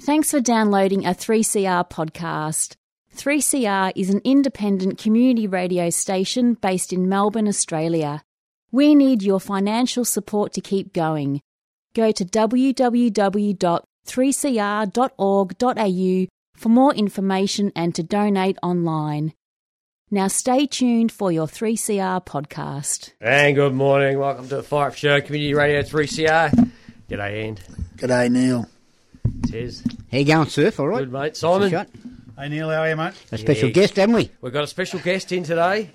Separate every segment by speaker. Speaker 1: Thanks for downloading a 3CR podcast. 3CR is an independent community radio station based in Melbourne, Australia. We need your financial support to keep going. Go to www.3cr.org.au for more information and to donate online. Now stay tuned for your 3CR podcast.
Speaker 2: And good morning. Welcome to the Fire Up Show, Community Radio 3CR. G'day, Ian.
Speaker 3: G'day, Neil.
Speaker 2: Cheers.
Speaker 4: How you going, Surf? All right.
Speaker 2: Good, mate.
Speaker 4: Good
Speaker 2: Simon,
Speaker 4: shot.
Speaker 5: Hey Neil, how are you, mate?
Speaker 4: A special
Speaker 2: Yes.
Speaker 4: guest, haven't we?
Speaker 2: we've got a special guest in today.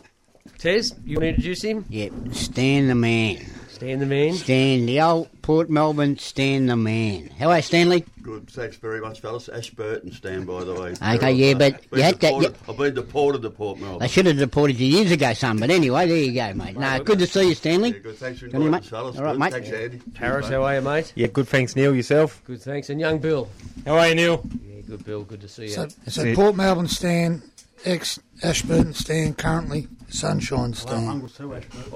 Speaker 2: Tez, you want to introduce him?
Speaker 4: Yep. Stan the man.
Speaker 2: Stan the man.
Speaker 4: Stan, the old Port Melbourne Stan the man. Hello, Stanley.
Speaker 6: Good, thanks very much, fellas. Ash Burton stand by the way.
Speaker 4: Okay, yeah, but
Speaker 6: Been
Speaker 4: you had to-
Speaker 6: deported- I've been deported to Port
Speaker 4: They
Speaker 6: Melbourne.
Speaker 4: should have deported you years ago, son, but anyway, there you go, mate. No, good to see you, Stanley.
Speaker 6: Yeah, good, thanks for
Speaker 4: Good on you,
Speaker 6: inviting us,
Speaker 4: mate.
Speaker 6: fellas.
Speaker 4: All right,
Speaker 6: Good,
Speaker 4: mate.
Speaker 6: Thanks, Andy.
Speaker 2: Paris, how are you, mate?
Speaker 7: Yeah, good. Thanks, Neil. Yourself.
Speaker 2: Good, thanks. And young Bill.
Speaker 7: How are you, Neil?
Speaker 2: Yeah, good, Bill. Good to see you.
Speaker 3: So, so
Speaker 7: it.
Speaker 3: Port Melbourne Stan, ex Ashburton Stan, currently Sunshine Stan.
Speaker 6: I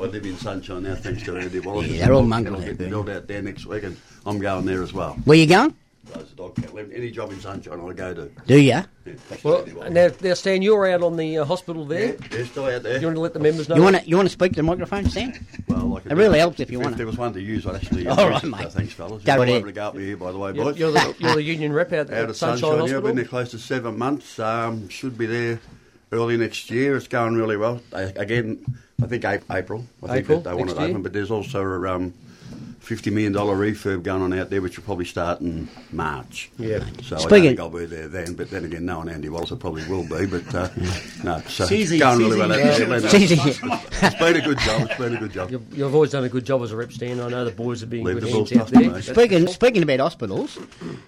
Speaker 6: live in Sunshine now, thanks to Andy Wallace.
Speaker 4: Yeah, they're all mongrel
Speaker 6: I'll
Speaker 4: out
Speaker 6: get
Speaker 4: there.
Speaker 6: built out there next week, and I'm going there as well.
Speaker 4: Where you going?
Speaker 6: Those dog cat- Any job in Sunshine, I'll go to.
Speaker 4: Do ya?
Speaker 6: Yeah, thanks to
Speaker 2: Well,
Speaker 6: Andy Wallace.
Speaker 2: now, now, Stan, you're out on the uh, hospital
Speaker 6: yeah,
Speaker 2: there.
Speaker 6: they're still out there.
Speaker 2: You want to let the members know?
Speaker 4: You want to you want to speak to the microphone, Stan?
Speaker 6: Well, I can
Speaker 4: It really
Speaker 6: do-
Speaker 4: helps if you want it.
Speaker 6: there was one to use, I'd actually.
Speaker 4: All right,
Speaker 6: so
Speaker 4: mate.
Speaker 6: Thanks, fellas.
Speaker 4: Don't
Speaker 6: Don't
Speaker 4: worry.
Speaker 6: worry. to go up here, by the way,
Speaker 2: You're,
Speaker 6: boys.
Speaker 2: you're the, you're the union rep out there
Speaker 6: out
Speaker 2: at
Speaker 6: of
Speaker 2: Sunshine
Speaker 6: sunshine. I've been
Speaker 2: Hospital.
Speaker 6: there close to seven months. Um, should be there early next year. It's going really well. I, again, I think Ap- April. I
Speaker 2: April
Speaker 6: think that they want
Speaker 2: next
Speaker 6: it
Speaker 2: year?
Speaker 6: open, but there's also a um, fifty million dollar refurb going on out there, which will probably start in March. Yeah. So I
Speaker 4: Speaking-
Speaker 6: don't think I'll be there then. But then again, no, and Andy Wallace I probably will be. But uh, no, so
Speaker 7: Cheesy,
Speaker 6: it's going really
Speaker 7: cheesy,
Speaker 6: well. Out
Speaker 7: yeah.
Speaker 6: there. Let it-
Speaker 4: Jeez,
Speaker 6: It's been a good job. It's been a good job.
Speaker 2: You've, you've always done a good job as a rep, Stan. I know the boys are being
Speaker 6: Leave
Speaker 2: good
Speaker 6: the balls
Speaker 2: hands out
Speaker 6: to us,
Speaker 2: there.
Speaker 6: mate.
Speaker 4: Speaking speaking about hospitals,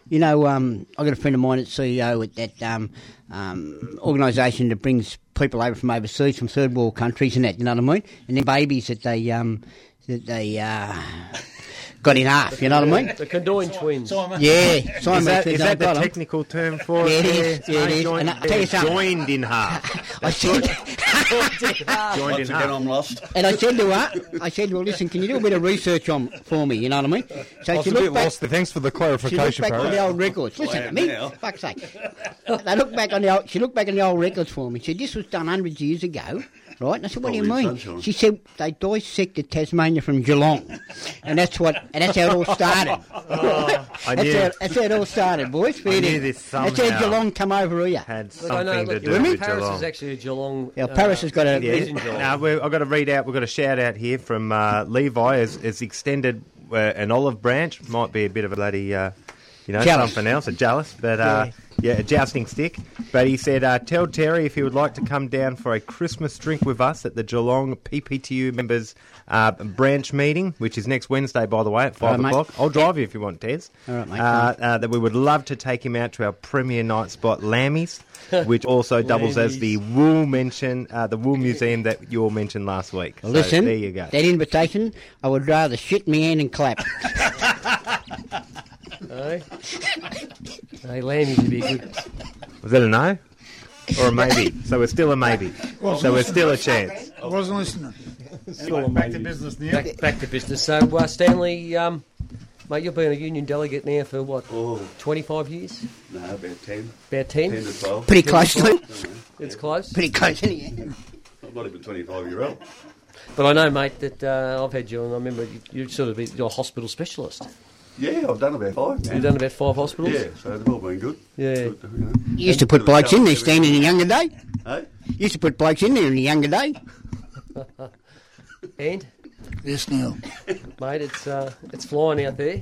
Speaker 4: you know, um, I got a friend of mine that's CEO at that um, um, organisation that brings people over from overseas, from third world countries, and that. You know what I mean? And then babies that they um, that they uh, got in half. You know what I mean?
Speaker 2: The Condoyne twins.
Speaker 4: Yeah, Simon
Speaker 7: Is that,
Speaker 4: said
Speaker 7: is
Speaker 4: no
Speaker 7: that the
Speaker 4: problem.
Speaker 7: technical term for
Speaker 4: Yeah,
Speaker 7: it?
Speaker 4: it is. Yeah, it
Speaker 7: mate,
Speaker 4: is. And
Speaker 7: Joined,
Speaker 4: I- tell you something.
Speaker 7: joined in half.
Speaker 4: I said,
Speaker 7: Joined in
Speaker 6: Once again,
Speaker 7: half.
Speaker 6: I'm lost.
Speaker 4: and I said to her, I said, well, listen, can you do a bit of research on for me? You know what I mean? So
Speaker 7: I was
Speaker 4: she
Speaker 7: a bit
Speaker 4: looked back,
Speaker 7: lost. there. Thanks for the
Speaker 4: She looked
Speaker 7: clarification,
Speaker 4: back on the
Speaker 7: bro.
Speaker 4: old records. Listen
Speaker 6: I
Speaker 4: to
Speaker 6: am
Speaker 4: me,
Speaker 6: now.
Speaker 4: fuck's sake. They looked back on the old, she looked back on the old records for me. She said, this was done hundreds of years ago, right? And I said, what do you
Speaker 6: Probably
Speaker 4: mean?
Speaker 6: in Sunshine.
Speaker 4: She said, they dissected Tasmania from Geelong. And that's what, and that's how it all started.
Speaker 7: Oh, I
Speaker 4: that's,
Speaker 7: knew.
Speaker 4: how, that's how it all started, boys. Fair
Speaker 7: I knew
Speaker 4: dinkum.
Speaker 7: this
Speaker 4: That's
Speaker 7: somehow.
Speaker 4: how Geelong come over here.
Speaker 7: Had
Speaker 2: Look, I know,
Speaker 7: something to
Speaker 2: look,
Speaker 7: do
Speaker 2: Paris
Speaker 7: with
Speaker 2: is
Speaker 7: Geelong.
Speaker 2: actually a Geelong.
Speaker 4: Yeah, Paris has got a-
Speaker 2: Yeah.
Speaker 4: is
Speaker 2: in Geelong.
Speaker 7: Now, we've, I've got a read out. We've got a shout out here from uh, Levi. Has, has extended uh, an olive branch. Might be a bit of a bloody, uh, you know,
Speaker 4: Jealous.
Speaker 7: something else, a jealous, but uh, yeah. a jousting stick. But he said, uh, tell Terry if he would like to come down for a Christmas drink with us at the Geelong PPTU members uh, branch meeting, which is next Wednesday, by the way, at
Speaker 4: All right,
Speaker 7: five
Speaker 4: mate.
Speaker 7: o'clock. I'll drive you if you want, Tez.
Speaker 4: All right, mate.
Speaker 7: Uh, uh, that we would love to take him out to our premier night spot, Lammy's, which also doubles as the wool mention, uh, the wool museum that you all mentioned last week. So
Speaker 4: Listen,
Speaker 7: there you go.
Speaker 4: that invitation, I would rather shit me hand and clap.
Speaker 2: Hey, hey Lanny would be a good.
Speaker 7: Was that a no? Or a maybe? so it's still a maybe. So it's still a chance.
Speaker 3: I wasn't listening.
Speaker 5: Anyway, back to business, Neil.
Speaker 2: Back, back to business. So, uh, Stanley, um, mate, you've been a union delegate now for what,
Speaker 6: Oh.
Speaker 2: 25 years?
Speaker 6: No, about ten.
Speaker 2: About 10?
Speaker 6: Ten to twelve.
Speaker 4: Pretty close, to-
Speaker 2: It's close.
Speaker 4: pretty close. isn't it?
Speaker 6: I'm not even twenty-five year old.
Speaker 2: But I know, mate, that uh, I've had you, and I remember you, you sort of, you're a hospital specialist.
Speaker 6: Yeah, I've done about five. now.
Speaker 2: You've done about five hospitals?
Speaker 6: Yeah, so they've all been good.
Speaker 2: Yeah.
Speaker 6: Good, you know.
Speaker 4: You used to put blokes in there, Stan, in the younger day.
Speaker 6: Hey?
Speaker 4: You used to put blokes in there in the younger day.
Speaker 2: And,
Speaker 3: Yes, Neil.
Speaker 2: mate, it's uh, it's flying out there.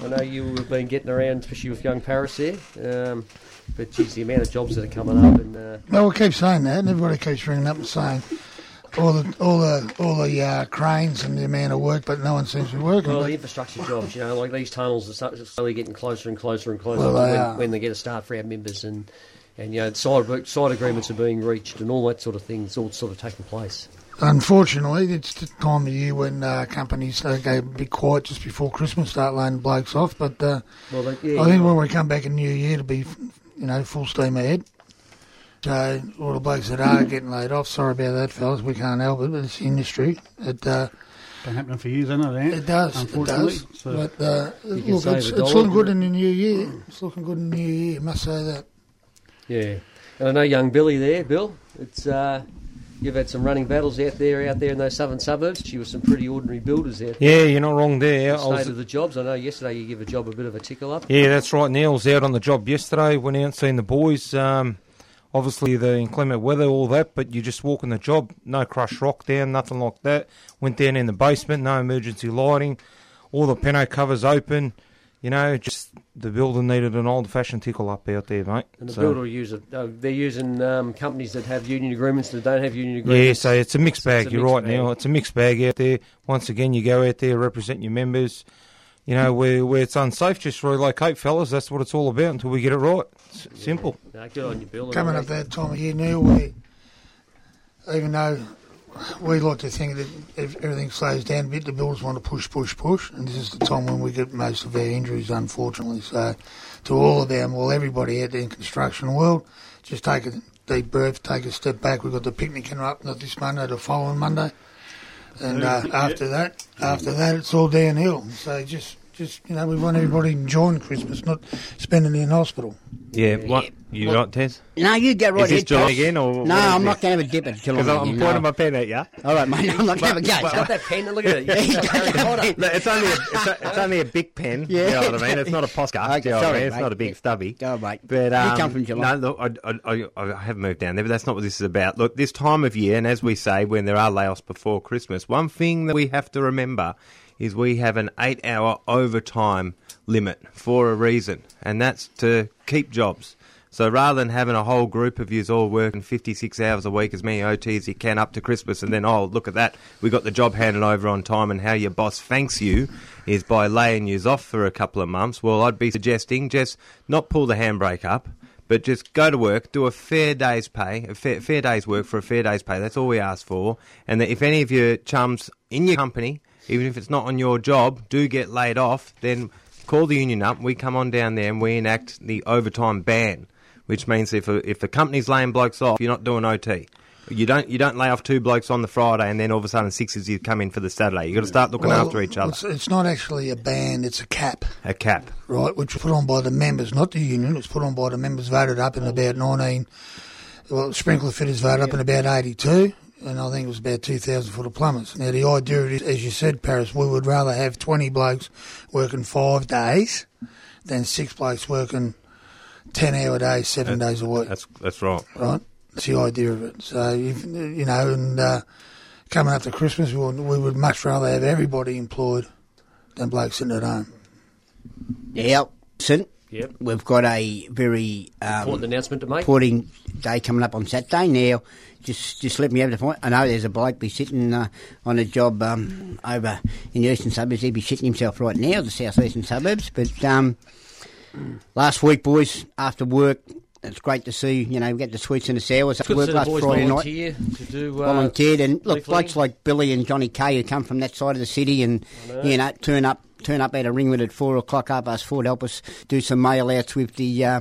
Speaker 2: I know you have been getting around, especially with young Paris there. Um, but, geez, the amount of jobs that are coming up and. Uh,
Speaker 3: Well, we keep saying that, and everybody keeps ringing up and saying all the all the all the uh, cranes and the amount of work, but no one seems to be working.
Speaker 2: Well,
Speaker 3: But
Speaker 2: the infrastructure jobs, you know, like these tunnels are so- slowly getting closer and closer and closer
Speaker 3: Well,
Speaker 2: to
Speaker 3: they
Speaker 2: when,
Speaker 3: are.
Speaker 2: when they get a start for our members and. And you know, side, side agreements are being reached, and all that sort of things, all sort of taking place.
Speaker 3: Unfortunately, it's the time of year when uh, companies uh, go be quiet just before Christmas, start laying blokes off. But uh,
Speaker 2: Well, they- yeah,
Speaker 3: I think when we come back in New Year, it'll be you know full steam ahead. So all the blokes that are getting laid off, sorry about that, fellas, we can't help it, but it's the industry. It, uh,
Speaker 5: been happening for years, hasn't it, Ann?
Speaker 3: It does. It
Speaker 5: Unfortunately.
Speaker 3: does.
Speaker 5: So,
Speaker 3: But uh,
Speaker 2: can
Speaker 3: look,
Speaker 2: save
Speaker 3: it's,
Speaker 2: a
Speaker 3: it's
Speaker 2: dollar,
Speaker 3: looking good in
Speaker 2: couldn't
Speaker 3: the new year. It's looking good in the new year. Must say that.
Speaker 2: Yeah, and I know young Billy there, Bill. It's uh, you've had some running battles out there, out there in those southern suburbs. She was some pretty ordinary builders out there.
Speaker 8: Yeah, you're not wrong there.
Speaker 2: The
Speaker 8: I
Speaker 2: state
Speaker 8: was-
Speaker 2: of the jobs. I know yesterday you give a job a bit of a tickle up.
Speaker 8: yeah, that's right. Neil's out on the job yesterday. Went out and seen the boys. Um, obviously, the inclement weather, all that, but you just walk on the job. No crushed rock down, nothing like that. Went down in the basement, no emergency lighting. All the panel covers open. You know, just the builder needed an old fashioned tickle up out there, mate.
Speaker 2: And the
Speaker 8: So-
Speaker 2: builder use it. Uh, they're using um, companies that have union agreements that don't have union
Speaker 8: Yeah,
Speaker 2: agreements.
Speaker 8: so it's a mixed bag.
Speaker 2: a
Speaker 8: You're
Speaker 2: mixed
Speaker 8: right,
Speaker 2: bag.
Speaker 8: Neil. It's a mixed bag out there. Once again, you go out there, represent your members. You know, where, where it's unsafe, just relocate, fellas. That's what it's all about until we get it right. It's simple.
Speaker 2: No, good on you, Bill.
Speaker 3: Coming up that time of year now, we, even though we like to think that if everything slows down a bit, the Bills want to push, push, push, and this is the time when we get most of our injuries, unfortunately. So, to all of them, well, everybody out there in construction world, just take a deep breath, take a step back. We've got the picnic coming up, not this Monday, the following Monday, and uh, after that, after that, it's all downhill. So just. Just you know, we want everybody enjoying Christmas, not spending it in hospital.
Speaker 7: Yeah, what? You
Speaker 4: Well-
Speaker 7: right, Tez?
Speaker 4: No, you get right
Speaker 7: Is this
Speaker 4: ahead, Taz.
Speaker 7: Geelong again, or
Speaker 4: no,
Speaker 7: what is
Speaker 4: I'm not going
Speaker 7: this?
Speaker 4: to have a dip at Geelong
Speaker 7: Because I'm
Speaker 4: again,
Speaker 7: pointing
Speaker 4: no.
Speaker 7: my pen at you.
Speaker 4: All right, mate, I'm not going to have a go.
Speaker 2: Got
Speaker 4: Taz.
Speaker 2: that pen and look at it. You just got Harry Potter.
Speaker 7: No, it's only a, it's, a, it's only a big pen.
Speaker 4: Yeah.
Speaker 7: You know what I mean? It's not a Posca.
Speaker 4: Okay,
Speaker 7: you know what I
Speaker 4: sorry,
Speaker 7: mean? It's
Speaker 4: mate.
Speaker 7: not a big stubby.
Speaker 4: Go on, mate.
Speaker 7: But
Speaker 4: You
Speaker 7: um,
Speaker 4: come from Geelong.
Speaker 7: No, look, I, I, I, I have moved down there, but that's not what this is about. Look, this time of year, and as we say, when there are layoffs before Christmas, one thing that we have to remember is we have an eight-hour overtime limit for a reason, and that's to keep jobs. So rather than having a whole group of yous all working 56 hours a week, as many OTs as you can up to Christmas, and then, oh, look at that, we got the job handed over on time, and how your boss thanks you is by laying yous off for a couple of months. Well, I'd be suggesting just not pull the handbrake up, but just go to work, do a fair day's pay, a fair, fair day's work for a fair day's pay. That's all we ask for. And that if any of your chums in your company, even if it's not on your job, do get laid off, then call the union up. We come on down there and we enact the overtime ban, which means if a, if the company's laying blokes off, you're not doing OT. You don't you don't lay off two blokes on the Friday and then all of a sudden sixes you come in for the Saturday. You got to start looking
Speaker 3: Well,
Speaker 7: after each other.
Speaker 3: It's, it's not actually a ban; it's a cap.
Speaker 7: A cap.
Speaker 3: right, which was put on by the members, not the union. It was put on by the members, voted up in about 19. Well, sprinkler fitters voted up in about 82, and I think it was about 2,000 for the plumbers. Now, the idea is, as you said, Paris, we would rather have 20 blokes working five days than six blokes working 10 hour days, seven days a week
Speaker 7: That's that's right.
Speaker 3: right? That's the idea of it. So if, you know, and uh, coming up to Christmas, we would, we would much rather have everybody employed than blokes sitting at home.
Speaker 4: Yeah, listen,
Speaker 2: Yep.
Speaker 4: we've got a very um,
Speaker 2: Important announcement to make.
Speaker 4: reporting day coming up on Saturday. Now, just just let me have the point. I know there's a bloke be sitting uh, on a job um, over in the eastern suburbs. He'd be shitting himself right now, the southeastern suburbs. But um, last week, boys, after work, it's great to see you know we get the sweets and the sours.
Speaker 2: It's good to
Speaker 4: work
Speaker 2: see the
Speaker 4: last
Speaker 2: boys
Speaker 4: Friday night
Speaker 2: volunteer to do uh,
Speaker 4: volunteered and look
Speaker 2: leafleting.
Speaker 4: blokes like Billy and Johnny Kay who come from that side of the city and you know turn up turn up at a ringwood at four o'clock half past four to help us do some mail outs with the uh,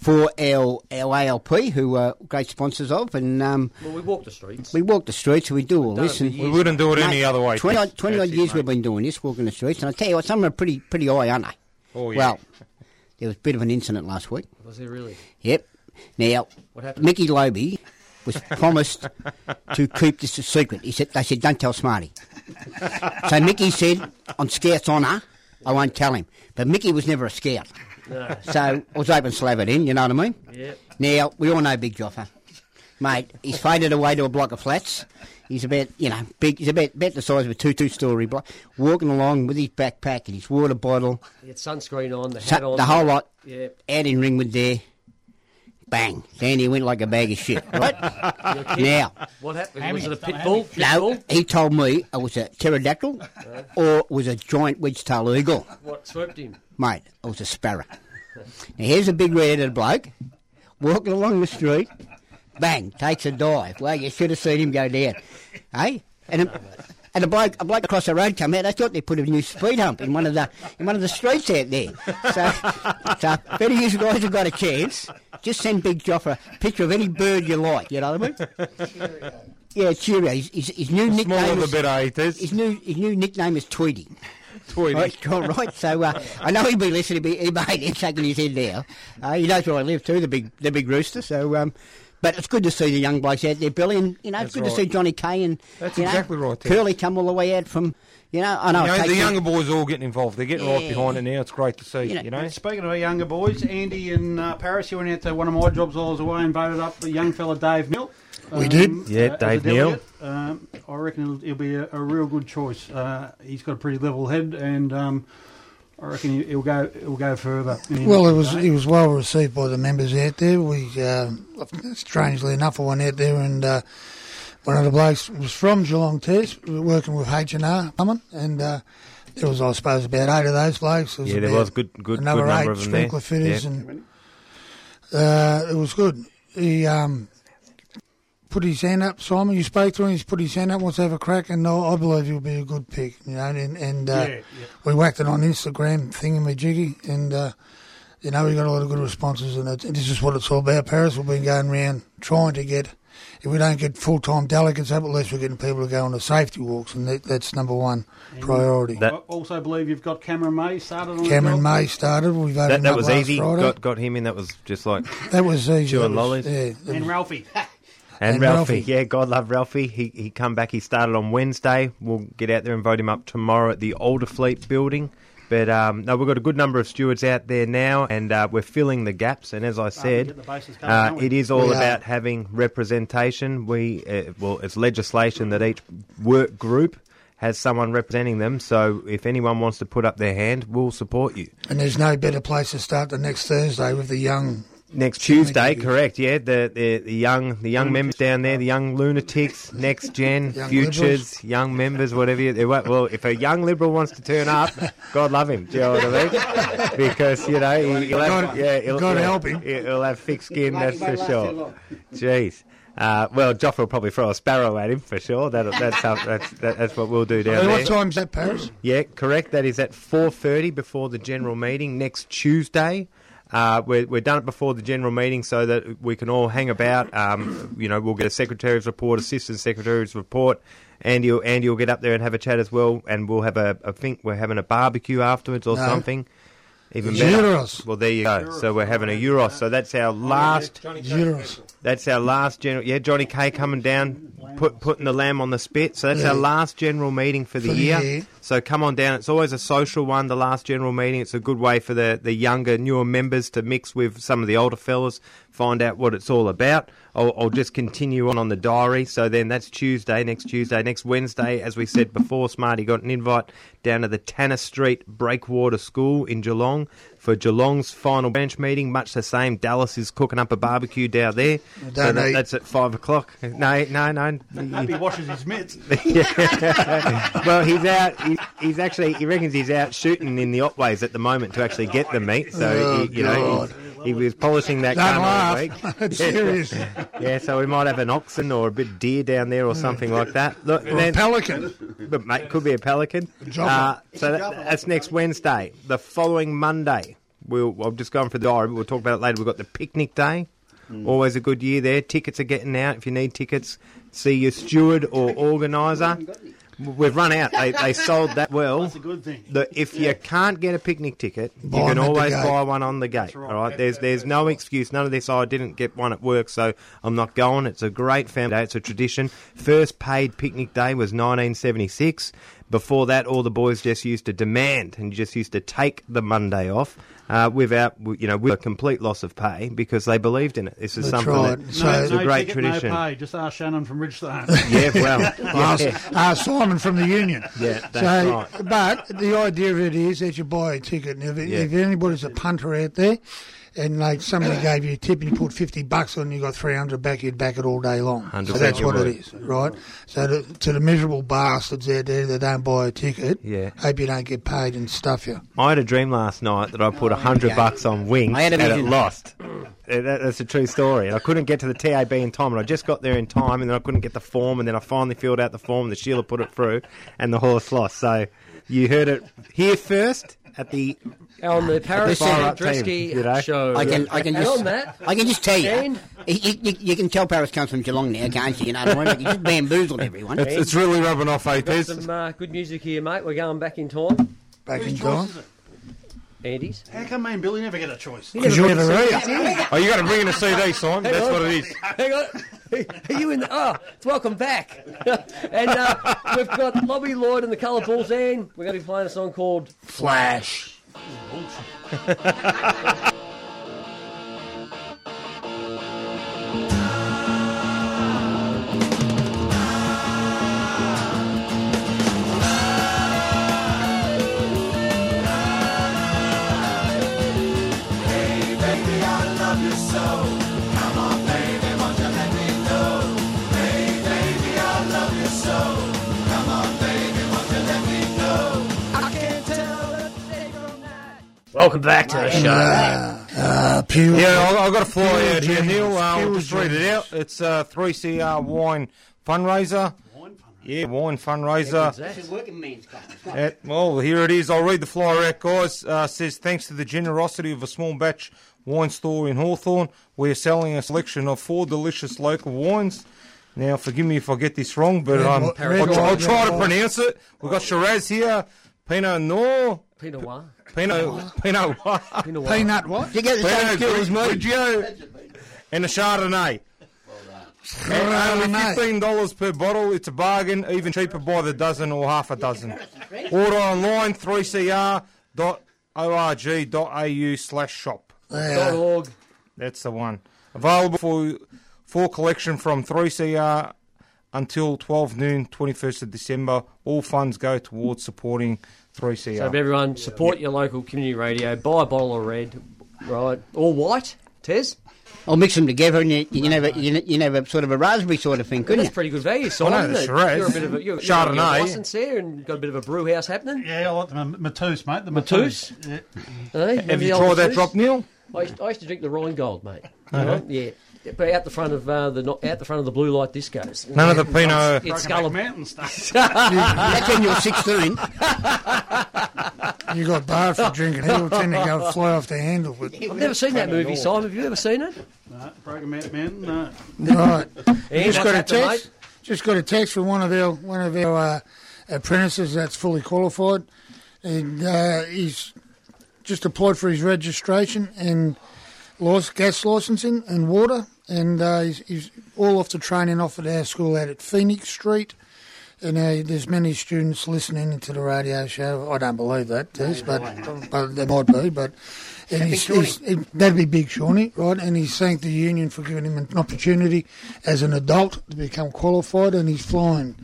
Speaker 4: for our our ALP who are great sponsors of and um,
Speaker 2: Well, we walk the streets.
Speaker 4: we walk the streets and we do all
Speaker 2: Done it
Speaker 4: this and
Speaker 2: for
Speaker 8: We wouldn't do it
Speaker 4: Mate,
Speaker 8: any other way.
Speaker 4: 20
Speaker 8: Tess.
Speaker 4: odd, 20 odd
Speaker 8: That's it,
Speaker 4: years
Speaker 8: mate.
Speaker 4: we've been doing this walking the streets and I tell you what some of them are pretty pretty high aren't they
Speaker 8: Oh, yeah.
Speaker 4: well there was a bit of an incident last week
Speaker 2: Was there really?
Speaker 4: Yep. Now,
Speaker 2: What happened?
Speaker 4: Mickey Loby was promised to keep this a secret. He said, they said, don't tell Smarty. so Mickey said, on Scout's honour, I won't tell him. But Mickey was never a Scout.
Speaker 2: No.
Speaker 4: So I was open slab it in, you know what I mean?
Speaker 2: Yep.
Speaker 4: Now, we all know Big Joffer. Mate, he's faded away to a block of flats. He's about, you know, big. He's about, about the size of a two-two story block. Walking along with his backpack and his water bottle,
Speaker 2: He had sunscreen on, the
Speaker 4: so-
Speaker 2: hat on.
Speaker 4: the whole lot
Speaker 2: Yep.
Speaker 4: out in Ringwood there. Bang. Down he went like a bag of shit. Right? now,
Speaker 2: What happened? Was it a pit bull? Pit bull?
Speaker 4: no, he told me it was a pterodactyl or it was a giant wedge-tailed eagle.
Speaker 2: What swooped him?
Speaker 4: Mate, it was a sparrow. Now, here's a big red-headed bloke walking along the street. Bang, takes a dive. Well, you should have seen him go down. Hey? And a, and a bloke, a bloke across the road come out. They thought they put a new speed hump in one of the in one of the streets out there. So, so better you guys have got a chance. Just send Big Joffer a picture of any bird you like. You know what I mean? Yeah, Cheerio. His, his, his new
Speaker 8: Smaller
Speaker 4: nickname
Speaker 8: the
Speaker 4: is,
Speaker 8: better, haters.
Speaker 4: his new his new nickname is Tweety.
Speaker 8: Tweety.
Speaker 4: Right, all right. So uh, I know he'll be listening. He, he may be shaking his head now. Uh, he knows where I live too, the big the big rooster. So, um, but it's good to see the young blokes out there, Billy, and you know it's
Speaker 8: That's
Speaker 4: good to
Speaker 8: right.
Speaker 4: see Johnny Kay and
Speaker 8: That's
Speaker 4: you know,
Speaker 8: exactly right, Ted.
Speaker 4: Curly come all the way out from you know. I know,
Speaker 8: You
Speaker 4: it
Speaker 8: know,
Speaker 4: takes
Speaker 8: the
Speaker 4: a-
Speaker 8: younger boys all getting involved. They're getting right
Speaker 4: Yeah.
Speaker 8: behind it now. It's great to see.
Speaker 4: You know,
Speaker 8: You know,
Speaker 5: Speaking of our younger boys, Andy and uh, Paris, you went out to one of my jobs while I was away and voted up the young fella Dave Neal. Um, uh,
Speaker 3: We did.
Speaker 7: Yeah,
Speaker 5: as a
Speaker 7: Dave Neal.
Speaker 5: delegate. Um, I reckon it'll, it'll be a, a real good choice. Uh, he's got a pretty level head, and um, I reckon he, he'll go he'll go further. in-
Speaker 3: Well, it was it was well received by the members out there. We, um strangely enough, I went out there and uh, one of the blokes was from Geelong Test, we were working with H and R Plumbing, and uh, there was, I suppose, about eight of those blokes.
Speaker 7: Yeah, there
Speaker 3: about
Speaker 7: was good, good, good
Speaker 3: another eight
Speaker 7: number of them there.
Speaker 3: sprinkler fitters,
Speaker 7: Yeah.
Speaker 3: and uh, it was good. He um, put his hand up, Simon. You spoke to him. He's put his hand up. Wants to have a crack, and I I believe he'll be a good pick. You know, and, and uh,
Speaker 5: Yeah, yeah.
Speaker 3: we whacked it on Instagram thingamajiggy, and uh, you know we got a lot of good responses. And it, this is what it's all about. Paris, we've been going round trying to get. If we don't get full time delegates up, at least we're getting people to go on the safety walks, and that, that's number one priority.
Speaker 5: I
Speaker 7: That-
Speaker 5: also believe you've got Cameron May started on
Speaker 3: Cameron
Speaker 5: the job.
Speaker 3: May started. We voted
Speaker 7: That,
Speaker 3: him
Speaker 7: that
Speaker 3: up
Speaker 7: was
Speaker 3: last
Speaker 7: easy.
Speaker 3: Friday.
Speaker 7: Got, got him in. That was just like.
Speaker 3: That was easy.
Speaker 7: Chewing
Speaker 3: That was-
Speaker 7: lollies.
Speaker 3: Yeah, that
Speaker 5: and
Speaker 3: was-
Speaker 5: Ralphie.
Speaker 7: And,
Speaker 3: And
Speaker 7: Ralphie.
Speaker 3: Ralphie.
Speaker 7: yeah, God love Ralphie. He he come back. He started on Wednesday. We'll get out there and vote him up tomorrow at the Alderfleet Building. But um, no, we've got a good number of stewards out there now, and uh, we're filling the gaps. And as I
Speaker 5: Ah, get
Speaker 7: said,
Speaker 5: the bases covered,
Speaker 7: uh,
Speaker 5: don't we?
Speaker 7: it is all
Speaker 3: We are.
Speaker 7: about having representation. We uh, well, it's legislation that each work group has someone representing them. So if anyone wants to put up their hand, we'll support you.
Speaker 3: and there's no better place to start than next Thursday with the young.
Speaker 7: Next Tuesday, correct? Yeah, the the, the young the young members down there, the young lunatics, next gen,
Speaker 3: Young
Speaker 7: futures,
Speaker 3: Liberals.
Speaker 7: young members, whatever. You, they wa- well, if a young liberal wants to turn up, God love him. Do you know what I mean? Because you know he, he'll have
Speaker 3: God-
Speaker 7: yeah, he'll,
Speaker 3: God
Speaker 7: he'll-
Speaker 3: help him.
Speaker 7: He'll have thick skin,
Speaker 4: Like,
Speaker 7: that's
Speaker 4: it won't
Speaker 7: for
Speaker 4: last too
Speaker 7: sure.
Speaker 4: long.
Speaker 7: Jeez. Uh, well, Joffrey will probably throw a sparrow at him for sure. That, that's, how, that's, that, that's what we'll do down
Speaker 3: Hey,
Speaker 7: there.
Speaker 3: what time's that, Paris?
Speaker 7: Yeah, correct. That is at four thirty before the general meeting next Tuesday. Uh, we're, we're done it before the general meeting so that we can all hang about. Um, you know, we'll get a secretary's report, assistant secretary's report. Andy, will- Andy will get up there and have a chat as well, and we'll have a. I think we're having a barbecue afterwards or
Speaker 3: No.
Speaker 7: something. Even better.
Speaker 3: Euros.
Speaker 7: Well, there you go. So we're having a Euros. So that's our last.
Speaker 3: Euros.
Speaker 7: That's our last general. Yeah, Johnny Kay coming down, put, putting the lamb on the spit. So that's our last general meeting for the,
Speaker 3: For the
Speaker 7: year.
Speaker 3: year.
Speaker 7: So come on down. It's always a social one. The last general meeting. It's a good way for the the younger, newer members to mix with some of the older fellas, find out what it's all about. I'll, I'll just continue on on the diary. So then that's Tuesday, next Tuesday, next Wednesday. As we said before, Smarty got an invite down to the Tanner Street Breakwater School in Geelong for Geelong's final branch meeting. Much the same. Dallas is cooking up a barbecue down there. So
Speaker 3: Don't
Speaker 7: that-
Speaker 3: eat.
Speaker 7: that's at five o'clock. No, no, no.
Speaker 5: Hope he washes his mitts.
Speaker 7: well, he's out. He, he's actually. He reckons he's out shooting in the Otways at the moment to actually get the meat. So
Speaker 3: Oh,
Speaker 7: he, you know,
Speaker 3: God.
Speaker 7: he's, he was polishing that
Speaker 3: Don't
Speaker 7: gun all week.
Speaker 3: laugh. It's serious. Or
Speaker 7: Yeah, so we might have an oxen or a bit of deer down there or something like that. Look,
Speaker 3: a
Speaker 7: then-
Speaker 3: pelican.
Speaker 7: but mate, could be a pelican.
Speaker 3: Jumper.
Speaker 7: Uh, so that, that's next Wednesday. The following Monday, we'll I've just gone for the diary. But we'll talk about it later. We've got the picnic day. Always a good year there. Tickets are getting out. If you need tickets, see your steward or organizer. We've run out. They, they sold that well.
Speaker 5: That's a good thing.
Speaker 7: The, if you can't get a picnic ticket,
Speaker 3: Buy
Speaker 7: you can
Speaker 3: them at the
Speaker 7: always
Speaker 3: gate.
Speaker 7: buy one on the gate. All right, there's there's no excuse. None of this. Oh, I didn't get one at work, so I'm not going. It's a great family day. It's a tradition. First paid picnic day was 1976. Before that, all the boys just used to demand and just used to take the Monday off. Uh, without, you know, with a complete loss of pay because they believed in it. This is
Speaker 3: That's
Speaker 7: something
Speaker 3: right.
Speaker 7: that,
Speaker 3: So-
Speaker 7: it's a
Speaker 5: no
Speaker 7: great
Speaker 5: ticket,
Speaker 7: tradition.
Speaker 5: No pay. Just ask Shannon from Ridgestone.
Speaker 7: yeah, well,
Speaker 3: Ask,
Speaker 7: yeah.
Speaker 3: ask Ah, Simon from the union.
Speaker 7: Yeah, that's
Speaker 3: so,
Speaker 7: right.
Speaker 3: But the idea of it is that you buy a ticket, and if,
Speaker 7: Yeah.
Speaker 3: if anybody's a punter out there, and like somebody gave you a tip and you put fifty bucks on, and you got three hundred back, you'd back it all day long. So
Speaker 7: 100%
Speaker 3: that's
Speaker 7: you
Speaker 3: what
Speaker 7: would.
Speaker 3: it is, right? So to, to the miserable bastards out there that don't buy a ticket,
Speaker 7: Yeah.
Speaker 3: hope you don't get paid and stuff you.
Speaker 7: I had a dream last night that I put a hundred bucks on wings
Speaker 4: Oh, I had a
Speaker 7: and it
Speaker 4: vision.
Speaker 7: lost. Uh, that- that's a true story. And I couldn't get to the TAB in time, and I just got there in time, and then I couldn't get the form, and then I finally filled out the form, and the Sheila put it through, and the horse lost. So you heard it here first.
Speaker 8: at the
Speaker 2: On the Paris
Speaker 4: This is
Speaker 2: and
Speaker 8: our
Speaker 2: Andreski
Speaker 8: team, you know.
Speaker 2: show.
Speaker 4: I can, I can
Speaker 2: and
Speaker 4: just,
Speaker 2: on that,
Speaker 4: I can just tell you,
Speaker 2: Shane?
Speaker 4: you, you, you can tell Paris comes from Geelong now, can't you? You know what I mean? You just bamboozled everyone.
Speaker 8: it's, it's really rubbing off, eh,
Speaker 2: got
Speaker 8: Tez?
Speaker 2: some uh, good music here, mate. We're going back in time.
Speaker 3: Back in
Speaker 5: Whose
Speaker 3: time.
Speaker 5: choice is it?
Speaker 2: Andy's.
Speaker 5: How come me and Billy never get a choice?
Speaker 2: Because you never
Speaker 8: read it. Oh, you got to bring in a CD, Simon. That's what it is.
Speaker 2: Hang on. Are you in the. Oh, it's welcome back. and uh, we've got Lobby Lloyd and the Colour Bulls, and we're going to be playing a song called
Speaker 3: Flash.
Speaker 2: Welcome back to the show.
Speaker 3: Uh, pure.
Speaker 8: Yeah, I, I got a fly out here,
Speaker 3: Huge,
Speaker 8: Neil. Uh, I'll
Speaker 3: huge,
Speaker 8: just read it
Speaker 3: huge.
Speaker 8: out. It's uh, a 3CR wine fundraiser. Yeah, wine fundraiser.
Speaker 4: It's a working man's club. It's not-
Speaker 8: Uh, well, here it is. I'll read the flyer out, guys. Uh, says thanks to the generosity of a small batch wine store in Hawthorne, we are selling a selection of four delicious local wines. Now, forgive me if I get this wrong, but
Speaker 3: Red
Speaker 8: um,
Speaker 3: wi- red
Speaker 8: I'll, try, I'll
Speaker 3: wine,
Speaker 8: try
Speaker 3: red
Speaker 8: to
Speaker 3: wine.
Speaker 8: pronounce it. We've got Shiraz here, Pinot Noir,
Speaker 2: Peter Wah.
Speaker 8: Pinot Pinot Noir,
Speaker 2: Peter Wah.
Speaker 3: Peanut what?
Speaker 4: You get the same
Speaker 8: Pinot
Speaker 4: skills, mate.
Speaker 8: Grigio, and a Chardonnay. And only
Speaker 3: Chardonnay.
Speaker 8: fifteen dollars per bottle. It's a bargain, even cheaper by the dozen or half a dozen. Order online 3cr.org.au slash shop.
Speaker 2: Dot
Speaker 3: Yeah.
Speaker 2: org.
Speaker 8: That's the one. Available for for collection from 3CR until 12 noon, 21st of December. All funds go towards supporting 3CR.
Speaker 2: So, everyone, support your local community radio. Buy a bottle of red, right? Or white. Tez?
Speaker 4: I'll mix them together and you, you never, you, ne- you never sort of a raspberry sort of thing, couldn't
Speaker 2: That's
Speaker 4: you?
Speaker 2: pretty good value, Simon.
Speaker 8: I know,
Speaker 2: isn't it?
Speaker 8: Shiraz.
Speaker 2: You're a bit of a, you're,
Speaker 8: Chardonnay.
Speaker 2: You're a license there and got a bit of a brew house happening.
Speaker 5: Yeah, I like the Ma- Matus, mate. The
Speaker 2: Matus?
Speaker 5: Matus. Yeah.
Speaker 2: Eh?
Speaker 8: Have
Speaker 2: Remember
Speaker 8: you
Speaker 2: the
Speaker 8: tried
Speaker 2: old
Speaker 8: that
Speaker 2: Matus?
Speaker 8: drop, Uh-huh. Neil?
Speaker 2: I used, I used to drink the Rheingold, mate. You know? Yeah. But out the front of uh, the no- out the front of the blue light discos.
Speaker 8: None of the Pinot.
Speaker 2: It's
Speaker 5: Skull
Speaker 2: Scullab-
Speaker 5: Mountain stuff.
Speaker 4: That's when you're 16.
Speaker 3: You got barred for drinking. He'll tend to go fly off the handle. But,
Speaker 2: I've never seen that movie, Simon. Have you ever seen it?
Speaker 5: no, Broken Mountain, no.
Speaker 3: right.
Speaker 2: Yeah,
Speaker 3: Just got a
Speaker 2: what's happened,
Speaker 3: text. Just got a text from one of our one of our uh, apprentices that's fully qualified, and uh, he's just applied for his registration and lic- gas licensing and water, and uh, he's, he's all off the training off at our school out at Phoenix Street. And uh, there's many students listening to the radio show. I don't believe that, Tess, but, but there might be. But and he's, he's, he- that'd be big, Shawnee, right? And he's thanked the union for giving him an opportunity as an adult to become qualified, and he's flying.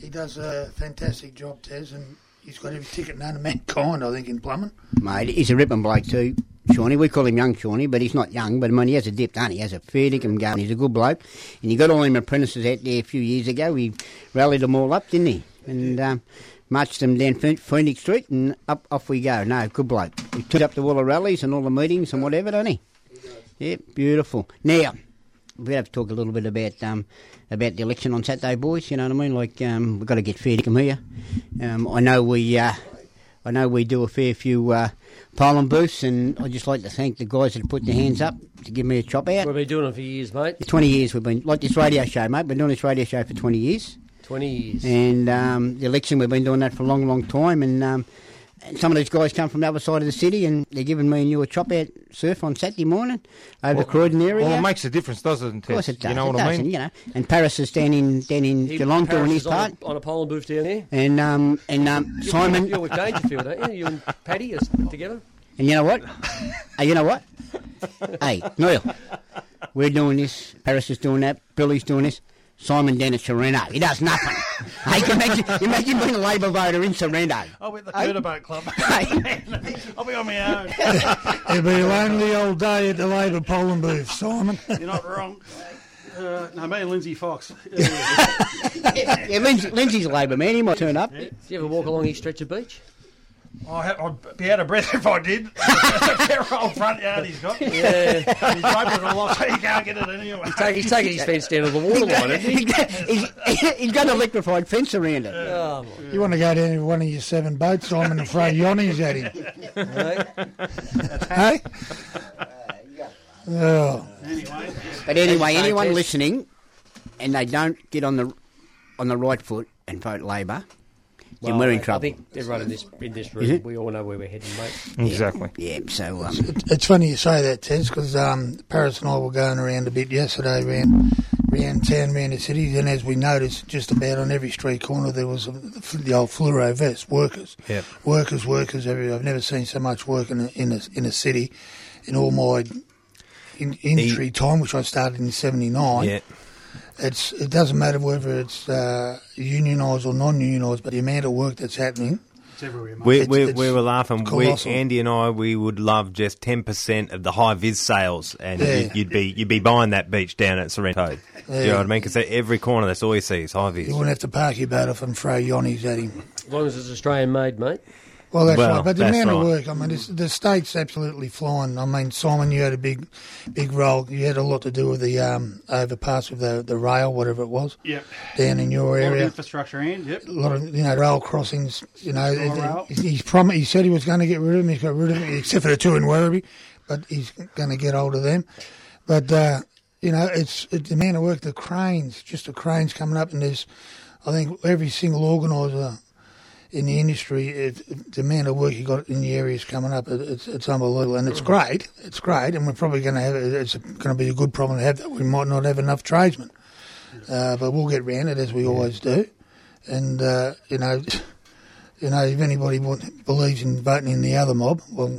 Speaker 3: He does a fantastic job, Tez, and he's got every ticket known to mankind, I think, in plumbing.
Speaker 4: Mate, he's a ripping bloke too, Shawnee. We call him Young Shawnee, but he's not young. But I mean, he has a dip, do he? He has a fair dinkum going. He's a good bloke. And he got all them apprentices out there a few years ago. He rallied them all up, didn't he? And um, marched them down Phoen- Phoenix Street and up off we go. No, good bloke. He took up to all the rallies and all the meetings and whatever, don't he? Yeah, beautiful. Now, we have to talk a little bit about um, about the election on Saturday, boys. You know what I mean? Like um, we've got to get fair dinkum here. Um, I know we. Uh, I know we do a fair few uh, pollen booths, and I'd just like to thank the guys that put their hands up to give me a chop
Speaker 2: We've
Speaker 4: out.
Speaker 2: been doing it for years, mate.
Speaker 4: 20 years we've been, like this radio show, mate, we've been doing this radio show for 20 years.
Speaker 2: Twenty years.
Speaker 4: And um, the election, we've been doing that for a long, long time. And, um, and some of these guys come from the other side of the city, and they're giving me and you a chop out surf on Saturday morning over Croydon area.
Speaker 8: Well, it makes a difference, doesn't it?
Speaker 4: of course it does.
Speaker 8: You know
Speaker 4: it
Speaker 8: what
Speaker 4: does,
Speaker 8: I mean?
Speaker 4: And, you know, and Paris is down in, down in
Speaker 2: He-
Speaker 4: Geelong
Speaker 2: Paris
Speaker 4: doing
Speaker 2: is
Speaker 4: his
Speaker 2: on
Speaker 4: part.
Speaker 2: A, on a polling booth down there.
Speaker 4: And, um, and um, Simon,
Speaker 2: You're with Dangerfield, aren't you? You and Paddy are together.
Speaker 4: And you know what? hey, you know what? hey, Neil, we're doing this. Paris is doing that. Billy's doing this. Simon down at Sorrento. He does nothing. hey, can you imagine, imagine being a Labour voter in Sorrento.
Speaker 5: I'll be at the Curter Boat Club.
Speaker 4: Hey,
Speaker 5: I'll be on my own.
Speaker 3: It'd be a lonely old day at the Labour polling booth, Simon.
Speaker 5: You're not wrong. Uh, no, me and Lindsay Fox.
Speaker 4: yeah, Lindsay, Lindsay's a Labour man. He might turn up.
Speaker 2: Did you ever walk along his stretch of beach?
Speaker 5: I ha- I'd be out of breath if I did. That old front yard he's got.
Speaker 3: Uh,
Speaker 2: Yeah.
Speaker 5: He's roping it all off, so you can't get it anyway.
Speaker 2: Take- he's taking his fence down to the water line. isn't he?
Speaker 4: he's, he's got an electrified fence around it.
Speaker 2: Oh, my
Speaker 3: You want to go down to one of your seven boats, Simon, and throw Yonnies at him,
Speaker 2: God.
Speaker 3: hey? Oh,
Speaker 5: Anyway,
Speaker 4: But anyway,
Speaker 2: Thanks,
Speaker 4: anyone
Speaker 2: Tess.
Speaker 4: listening, and they don't get on the on the right foot and vote Labor, then
Speaker 2: Well,
Speaker 4: we're in
Speaker 2: I-
Speaker 4: trouble.
Speaker 2: I think everyone in this in this
Speaker 4: Is
Speaker 2: room,
Speaker 4: it?
Speaker 2: we all know where we're heading, mate.
Speaker 8: Exactly.
Speaker 4: yeah, so um,
Speaker 3: it's funny you say that, Tess, because um, Paris and I were going around a bit yesterday, around, around town, around the cities, and as we noticed, just about on every street corner there was a, the old fluoro vest, workers.
Speaker 8: Yeah.
Speaker 3: Workers, workers everywhere. I've never seen so much work in a, in a, in a city in all my in, industry time, which I started in 79.
Speaker 8: Yeah.
Speaker 3: it's it doesn't matter whether it's uh, unionised or non-unionised, but the amount of work that's happening.
Speaker 5: it's everywhere, mate.
Speaker 7: We,
Speaker 3: It's-
Speaker 7: we,
Speaker 3: it's
Speaker 7: we were laughing. We,
Speaker 3: colossal.
Speaker 7: Andy and I, we would love just ten percent of the high vis sales, and
Speaker 3: Yeah.
Speaker 7: you'd, you'd be you'd be buying that beach down at Sorrento. You know
Speaker 3: Yeah.
Speaker 7: what I mean? Because every corner, that's all you see is high vis.
Speaker 3: You wouldn't have to park your boat off and throw yonnies at him.
Speaker 2: As long as it's Australian made, mate.
Speaker 3: Well, that's
Speaker 7: Well,
Speaker 3: right. But the
Speaker 7: that's
Speaker 3: amount
Speaker 7: right.
Speaker 3: of work, I mean, it's, the state's absolutely flying. I mean, Simon, you had a big, big role. You had a lot to do with the um, overpass of the the rail, whatever it was,
Speaker 5: Yep.
Speaker 3: down in your
Speaker 5: A lot of
Speaker 3: area.
Speaker 5: infrastructure and, yep.
Speaker 3: A lot of you know rail crossings. You know,
Speaker 5: Rail rail.
Speaker 3: he's, he's prom- He said he was going to get rid of them. He's got rid of them, except for the two in Werribee, but he's going to get hold of them. But uh, you know, it's, it's the amount of work. The cranes, just the cranes coming up, and there's, I think every single organiser in the industry, it, the amount of work you got in the areas coming up, it, it's, it's unbelievable, and it's great. It's great, and we're probably going to have it's going to be a good problem to have that we might not have enough tradesmen, uh, but we'll get round it as we always do, and uh, you know. You know, if anybody want, believes in voting in the other mob, well,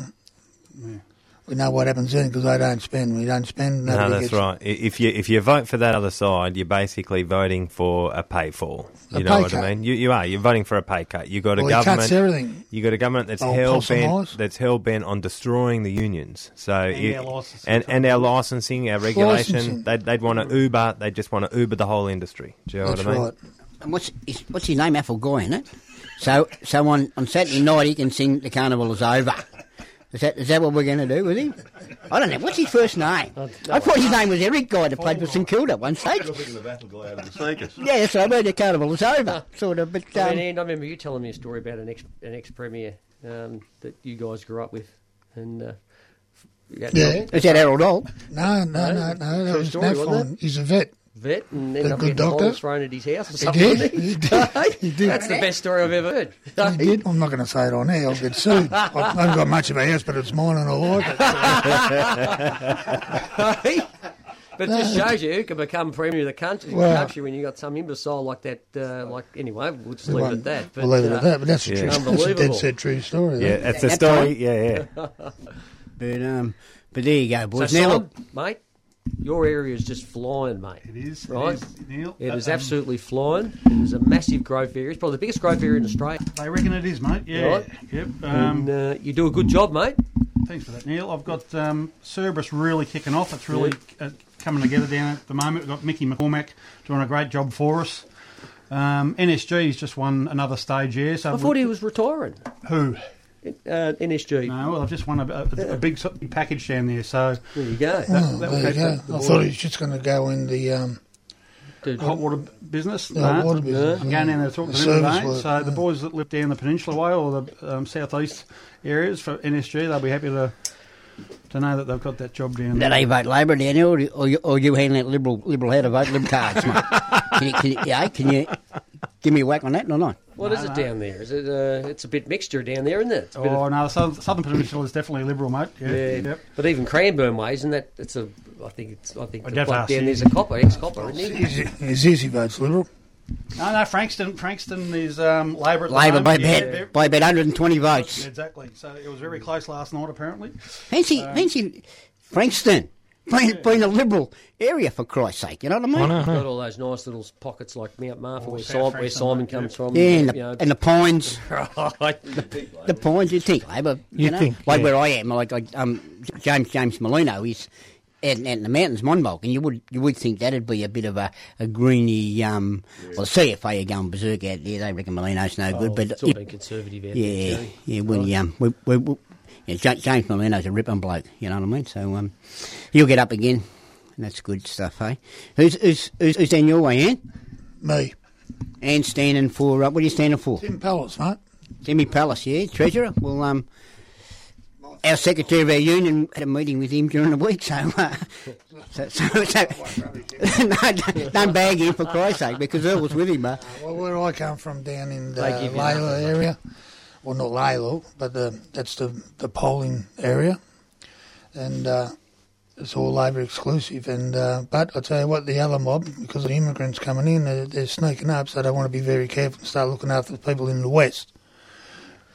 Speaker 3: we know what happens then because they don't spend. We don't spend.
Speaker 7: No,
Speaker 3: nobody
Speaker 7: that's
Speaker 3: gets-
Speaker 7: right. I- If you if you vote for that other side, you're basically voting for a pay fall. You
Speaker 3: A
Speaker 7: know
Speaker 3: pay
Speaker 7: what
Speaker 3: cut.
Speaker 7: I mean? You, you are. You're voting for a pay cut. You got a
Speaker 3: Well, it cuts
Speaker 7: government.
Speaker 3: everything.
Speaker 7: You got a government that's
Speaker 3: Oh,
Speaker 7: hell
Speaker 3: plus and
Speaker 7: bent.
Speaker 3: minus.
Speaker 7: That's hell bent on destroying the unions. So it-
Speaker 5: our licensing.
Speaker 7: and, and our licensing, our regulation.
Speaker 3: Licensing.
Speaker 7: They'd, they'd want to Uber. They just want to Uber the whole industry. Do you know
Speaker 3: That's
Speaker 7: what I mean?
Speaker 3: right.
Speaker 4: and what's his, what's his name? Apple Guy, isn't it? So so on, on Saturday night he can sing "The Carnival Is Over." Is that, is that what we're going to do with him? I don't know. What's his first name? I thought his name was Eric Guy that played for St Kilda at one stage. Yeah, that's right. Well, the carnival is over, sort of. But
Speaker 2: I
Speaker 4: um,
Speaker 2: mean, and I remember you telling me a story about an ex an ex premier um, that you guys grew up with, and uh, f- you had to
Speaker 3: Yeah.
Speaker 2: help
Speaker 4: is that Harold Old?
Speaker 3: No, no,
Speaker 2: No?
Speaker 3: no, no. That
Speaker 2: True
Speaker 3: was
Speaker 2: story, wasn't
Speaker 3: Nafon. He's a vet.
Speaker 2: vet and
Speaker 3: The
Speaker 2: ended up
Speaker 3: good
Speaker 2: getting doctor?
Speaker 3: doctor?
Speaker 2: thrown at his house or
Speaker 3: He
Speaker 2: something.
Speaker 3: did. He did. He did.
Speaker 2: That's the best story I've ever heard.
Speaker 3: He did. I'm not going to say it on air. I'll get sued. I haven't got much of a house, but it's mine and I like it.
Speaker 2: But it just shows you who can become premier of the country,
Speaker 3: Well-
Speaker 2: country when you got some imbecile like that. Uh, like anyway, we'll just leave it at that. But,
Speaker 3: we'll leave it
Speaker 2: uh,
Speaker 3: at that. But that's a
Speaker 7: yeah.
Speaker 3: true. That's a dead
Speaker 2: Unbelievable.
Speaker 3: set true story.
Speaker 7: Yeah,
Speaker 3: Yeah.
Speaker 7: that's the
Speaker 4: That's
Speaker 7: story.
Speaker 4: right.
Speaker 7: Yeah, yeah.
Speaker 4: But um, but there you go,
Speaker 2: So,
Speaker 4: boys. now,
Speaker 2: Simon,
Speaker 4: look,
Speaker 2: mate, your area is just flying, mate.
Speaker 5: It is.
Speaker 2: Right.
Speaker 5: It is, Neil.
Speaker 2: It is
Speaker 5: Um,
Speaker 2: absolutely flying. It is a massive growth area. It's probably the biggest growth area in Australia.
Speaker 5: They reckon it is, mate. Yeah.
Speaker 2: Right.
Speaker 5: Yep. Um,
Speaker 2: And uh, you do a good job, mate.
Speaker 5: Thanks for that, Neil. I've got um, Cerberus really kicking off. It's really uh, coming together down at the moment. We've got Mickey McCormack doing a great job for us. Um, NSG's just won another stage here. So
Speaker 2: I thought he was retiring.
Speaker 5: who?
Speaker 2: Uh, NSG.
Speaker 5: No, well, I've just won a, a, a big s- big package down there. So
Speaker 2: There you go.
Speaker 5: that, that will
Speaker 3: There you
Speaker 5: catch
Speaker 3: go.
Speaker 5: the- the
Speaker 3: I
Speaker 5: boy-
Speaker 3: thought he was just going to go in the um,
Speaker 2: Dude,
Speaker 5: hot water business.
Speaker 3: the
Speaker 5: Nah.
Speaker 3: water business.
Speaker 5: I'm going down there to talk
Speaker 3: The
Speaker 5: to them
Speaker 3: service
Speaker 5: today.
Speaker 3: work,
Speaker 5: so the
Speaker 3: yeah.
Speaker 5: boys that live down the peninsula way or the um, southeast areas for NSG, they'll be happy to to know that they've got that job down
Speaker 4: do
Speaker 5: there.
Speaker 4: they vote Labor, Daniel, or, or, you, or you hand that liberal liberal head a vote lib cards, mate? Can you, can you, yeah, can you give me a whack on that or not?
Speaker 2: what is it down there? Is it? Uh, it's a bit mixture down there, isn't it? It's a bit of-
Speaker 5: Oh no, the southern, southern peninsula is definitely liberal, mate. Yeah,
Speaker 2: yeah.
Speaker 5: Yep.
Speaker 2: But even Cranbourne way, isn't that? It's a. I think it's. I think
Speaker 5: I
Speaker 2: the
Speaker 5: don't
Speaker 2: bloke
Speaker 5: ask
Speaker 2: down
Speaker 5: you.
Speaker 2: there's a copper, ex-copper, isn't he?
Speaker 3: Is, is Izzy votes Liberal?
Speaker 5: No, no, Frankston, Frankston is um, Labor. At the
Speaker 4: Labor
Speaker 5: moment.
Speaker 4: by
Speaker 5: Yeah,
Speaker 4: bet
Speaker 5: very-
Speaker 4: by bet 120 votes.
Speaker 5: Exactly. So it was very close last night, apparently.
Speaker 4: Fancy fancy Frankston being, being a liberal area for Christ's sake. You know what I mean?
Speaker 8: I know.
Speaker 5: Uh-huh.
Speaker 2: Got all those nice little pockets like Mount Martha,
Speaker 5: Oh,
Speaker 2: where,
Speaker 5: South
Speaker 2: Simon, where
Speaker 5: Frankston,
Speaker 2: Simon
Speaker 5: mate,
Speaker 2: comes from.
Speaker 4: Yeah, and the,
Speaker 2: you know,
Speaker 4: and the pines,
Speaker 2: right.
Speaker 4: the pines. You think Labor? You,
Speaker 8: You'd
Speaker 4: know,
Speaker 8: think,
Speaker 4: like
Speaker 8: yeah.
Speaker 4: where I am, like I, um, James James Molino, he's out, out in the mountains, Monbulk, and you would you would think that'd be a bit of a, a greeny. Um, Well, CFA are going berserk out there. They reckon Molino's no
Speaker 2: Oh,
Speaker 4: good, but
Speaker 2: it's all
Speaker 4: if-
Speaker 2: been conservative out there,
Speaker 4: yeah,
Speaker 2: Johnny.
Speaker 4: yeah, we um, we, we, we yeah, Ja- James Molino's a ripping bloke. You know what I mean? So um, he'll get up again, and that's good stuff, hey. Who's who's who's, who's down your way, Ann?
Speaker 3: Me.
Speaker 4: Ann standing for uh, what are you standing for?
Speaker 3: Tim Pallets, mate.
Speaker 4: Jimmy Palace, yeah, treasurer. Well, um, our secretary of our union had a meeting with him during the week, so uh, so, so, so no, don't, don't bag him for Christ's sake because Earl was with him. Uh,
Speaker 3: Well, where I come from down in the
Speaker 2: They give you
Speaker 3: Layla area, well, not Layla, but the, that's the, the polling area, and uh, it's all Labor exclusive. And uh, but I tell you what, the other mob, because of the immigrants coming in, they're, they're sneaking up, so they want to be very careful and start looking after the people in the west.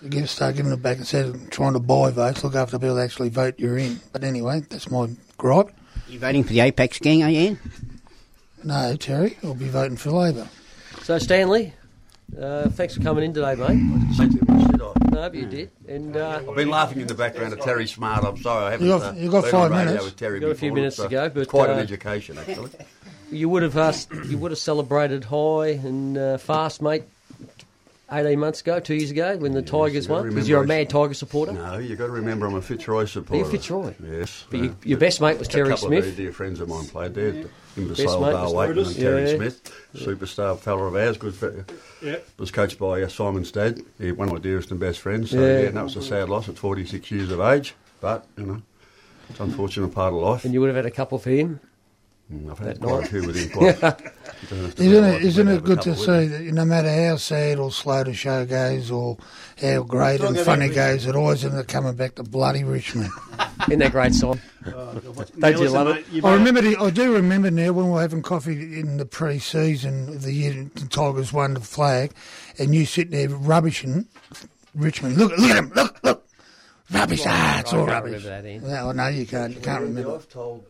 Speaker 3: They give, start giving it back instead of trying to buy votes, look after the people that actually vote you're in. But anyway, that's my gripe.
Speaker 4: you voting for the Apex gang, are you? Ian?
Speaker 3: No, Terry, I'll be voting for Labor.
Speaker 2: So Stanley, uh, thanks for coming in today, mate.
Speaker 6: I didn't say too much, did I?
Speaker 2: No, you did, and uh,
Speaker 6: I've been laughing in the background at Terry Smart. I'm sorry, I haven't.
Speaker 3: You got-
Speaker 6: uh,
Speaker 3: you got
Speaker 6: been
Speaker 3: five
Speaker 6: on radio
Speaker 3: minutes.
Speaker 6: With Terry
Speaker 2: You got a few
Speaker 6: before.
Speaker 2: minutes
Speaker 6: It's, uh,
Speaker 2: to go, but,
Speaker 6: quite
Speaker 2: uh,
Speaker 6: an education, actually.
Speaker 2: you would have asked, you would have celebrated high and uh, fast, mate. Eighteen months ago, two years ago, when the Tigers
Speaker 6: you gotta
Speaker 2: won, because
Speaker 6: remember
Speaker 2: you're a
Speaker 6: I-
Speaker 2: mad Tiger supporter.
Speaker 6: no, you got to remember, I'm a Fitzroy supporter.
Speaker 2: You're Fitzroy.
Speaker 6: Yes.
Speaker 2: But
Speaker 6: uh,
Speaker 2: you, your best mate was
Speaker 6: a
Speaker 2: Terry
Speaker 6: couple Of
Speaker 2: Smith.
Speaker 6: very dear friends of mine played there. Imbecile
Speaker 2: mate
Speaker 6: Dale
Speaker 2: was
Speaker 6: Wakeman
Speaker 2: Brutus.
Speaker 6: and Terry
Speaker 2: Yeah.
Speaker 6: Smith, superstar fella of ours, good fella.
Speaker 5: Yeah.
Speaker 6: Was coached by uh, Simon's dad, he, one of my dearest and best friends. So,
Speaker 2: Yeah.
Speaker 6: yeah, and that was a sad loss at 46 years of age. But, you know, it's an unfortunate part of life.
Speaker 2: And you would have had a couple for him.
Speaker 6: Mm, I've had
Speaker 2: that
Speaker 6: quite
Speaker 2: night.
Speaker 6: a few with him. Quite.
Speaker 3: Isn't it, isn't it good to see that no matter how sad or slow the show goes or how great and funny it goes, it always ends up coming back to bloody Richmond.
Speaker 2: In that great song.
Speaker 5: Uh, Don't
Speaker 2: you love it?
Speaker 3: I remember, the, I do remember now when we were having coffee in the pre-season of the year the Tigers won the flag, and you sitting there rubbishing Richmond. Look, look at him! Look, look! Rubbish! Ah, it's
Speaker 2: I
Speaker 3: all
Speaker 2: can't
Speaker 3: rubbish.
Speaker 2: remember that, Ian.
Speaker 3: No, no, you can't. You can't remember.
Speaker 6: I've told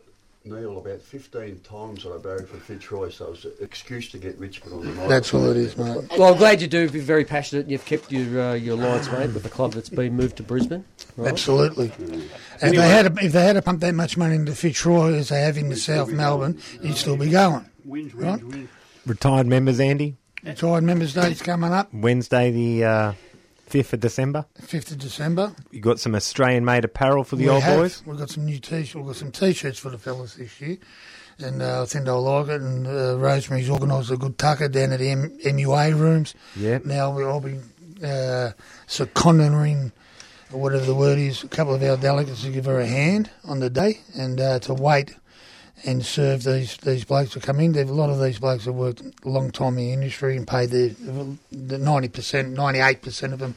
Speaker 6: Neil about 15 times that I buried for Fitzroy, so it's an excuse to get Richmond on the night.
Speaker 3: That's all it is, mate.
Speaker 2: Well, I'm glad you do. You're very passionate and you've kept your uh, your alliance, mate, with the club that's been moved to Brisbane. Right?
Speaker 3: Absolutely. And if they had to, if they had to pump that much money into Fitzroy as they have into South Melbourne, you'd still be going. Right?
Speaker 7: Retired members, Andy.
Speaker 3: Retired Members Day's coming up,
Speaker 7: Wednesday, the uh, 5th of December.
Speaker 3: fifth of December.
Speaker 7: You got some Australian made apparel for the
Speaker 3: we
Speaker 7: old
Speaker 3: have,
Speaker 7: boys.
Speaker 3: We've got some new t-shirts. We've got some t-shirts for the fellas this year, and uh, I think they'll like it. And uh, Rosemary's organised a good tucker down at the M- MUA rooms.
Speaker 7: Yeah.
Speaker 3: Now we will be uh, seconding, or whatever the word is, a couple of our delegates to give her a hand on the day and uh, to wait and serve these these blokes who come in. There's a lot of these blokes have worked a long time in the industry and paid their the ninety percent, ninety eight percent of them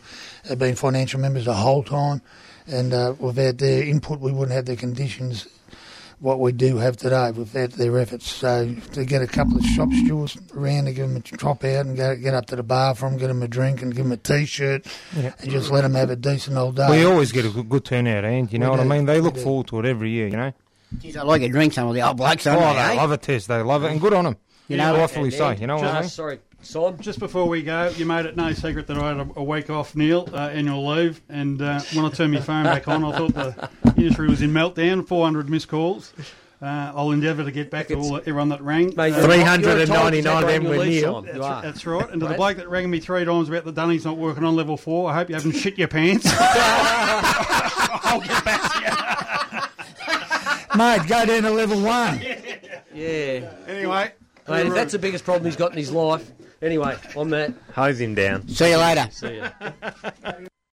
Speaker 3: have been financial members the whole time. And uh, without their input, we wouldn't have the conditions what we do have today without their efforts. So to get a couple of shop stewards around to give them a drop out and go, get up to the bar for them, get them a drink and give them a t-shirt and just let them have a decent old day.
Speaker 8: We always get a good, good turnout, and you know
Speaker 3: We
Speaker 8: what I
Speaker 3: do,
Speaker 8: mean. They
Speaker 3: we
Speaker 8: look
Speaker 3: do.
Speaker 8: forward to it every year. You know,
Speaker 4: Geez, I like a drink. Some of the old blokes, don't
Speaker 8: oh,
Speaker 4: they? eh?
Speaker 8: they love it, Tess. They love it, and good on them. You
Speaker 4: know,
Speaker 8: know, rightfully
Speaker 2: And
Speaker 8: so.
Speaker 2: then-
Speaker 8: You know what I
Speaker 2: Ah,
Speaker 8: mean.
Speaker 2: Sorry, Simon.
Speaker 5: Just before we go, you made it no secret that I had a, a week off, Neil, uh, annual leave, and uh, when I turned my phone back on, I thought the industry was in meltdown. 400 missed calls. Uh, I'll endeavour to get back to all, everyone that rang.
Speaker 2: Mate,
Speaker 5: Uh,
Speaker 2: you're-
Speaker 7: 399
Speaker 2: you're entitled to take
Speaker 7: of them
Speaker 2: your
Speaker 7: were
Speaker 2: leave,
Speaker 7: Neil.
Speaker 2: Simon.
Speaker 5: that's,
Speaker 2: You
Speaker 5: ri-
Speaker 2: are.
Speaker 5: that's right. And to the
Speaker 2: Right.
Speaker 5: bloke that rang me three times about the dunny's not working on level four, I hope you haven't shit your pants. I'll get back to you.
Speaker 3: Mate, go down to level one.
Speaker 2: Yeah.
Speaker 5: Anyway,
Speaker 2: Mate, if that's the biggest problem he's got in his life. Anyway, on that,
Speaker 7: Hose him down.
Speaker 4: See you later.
Speaker 2: see ya.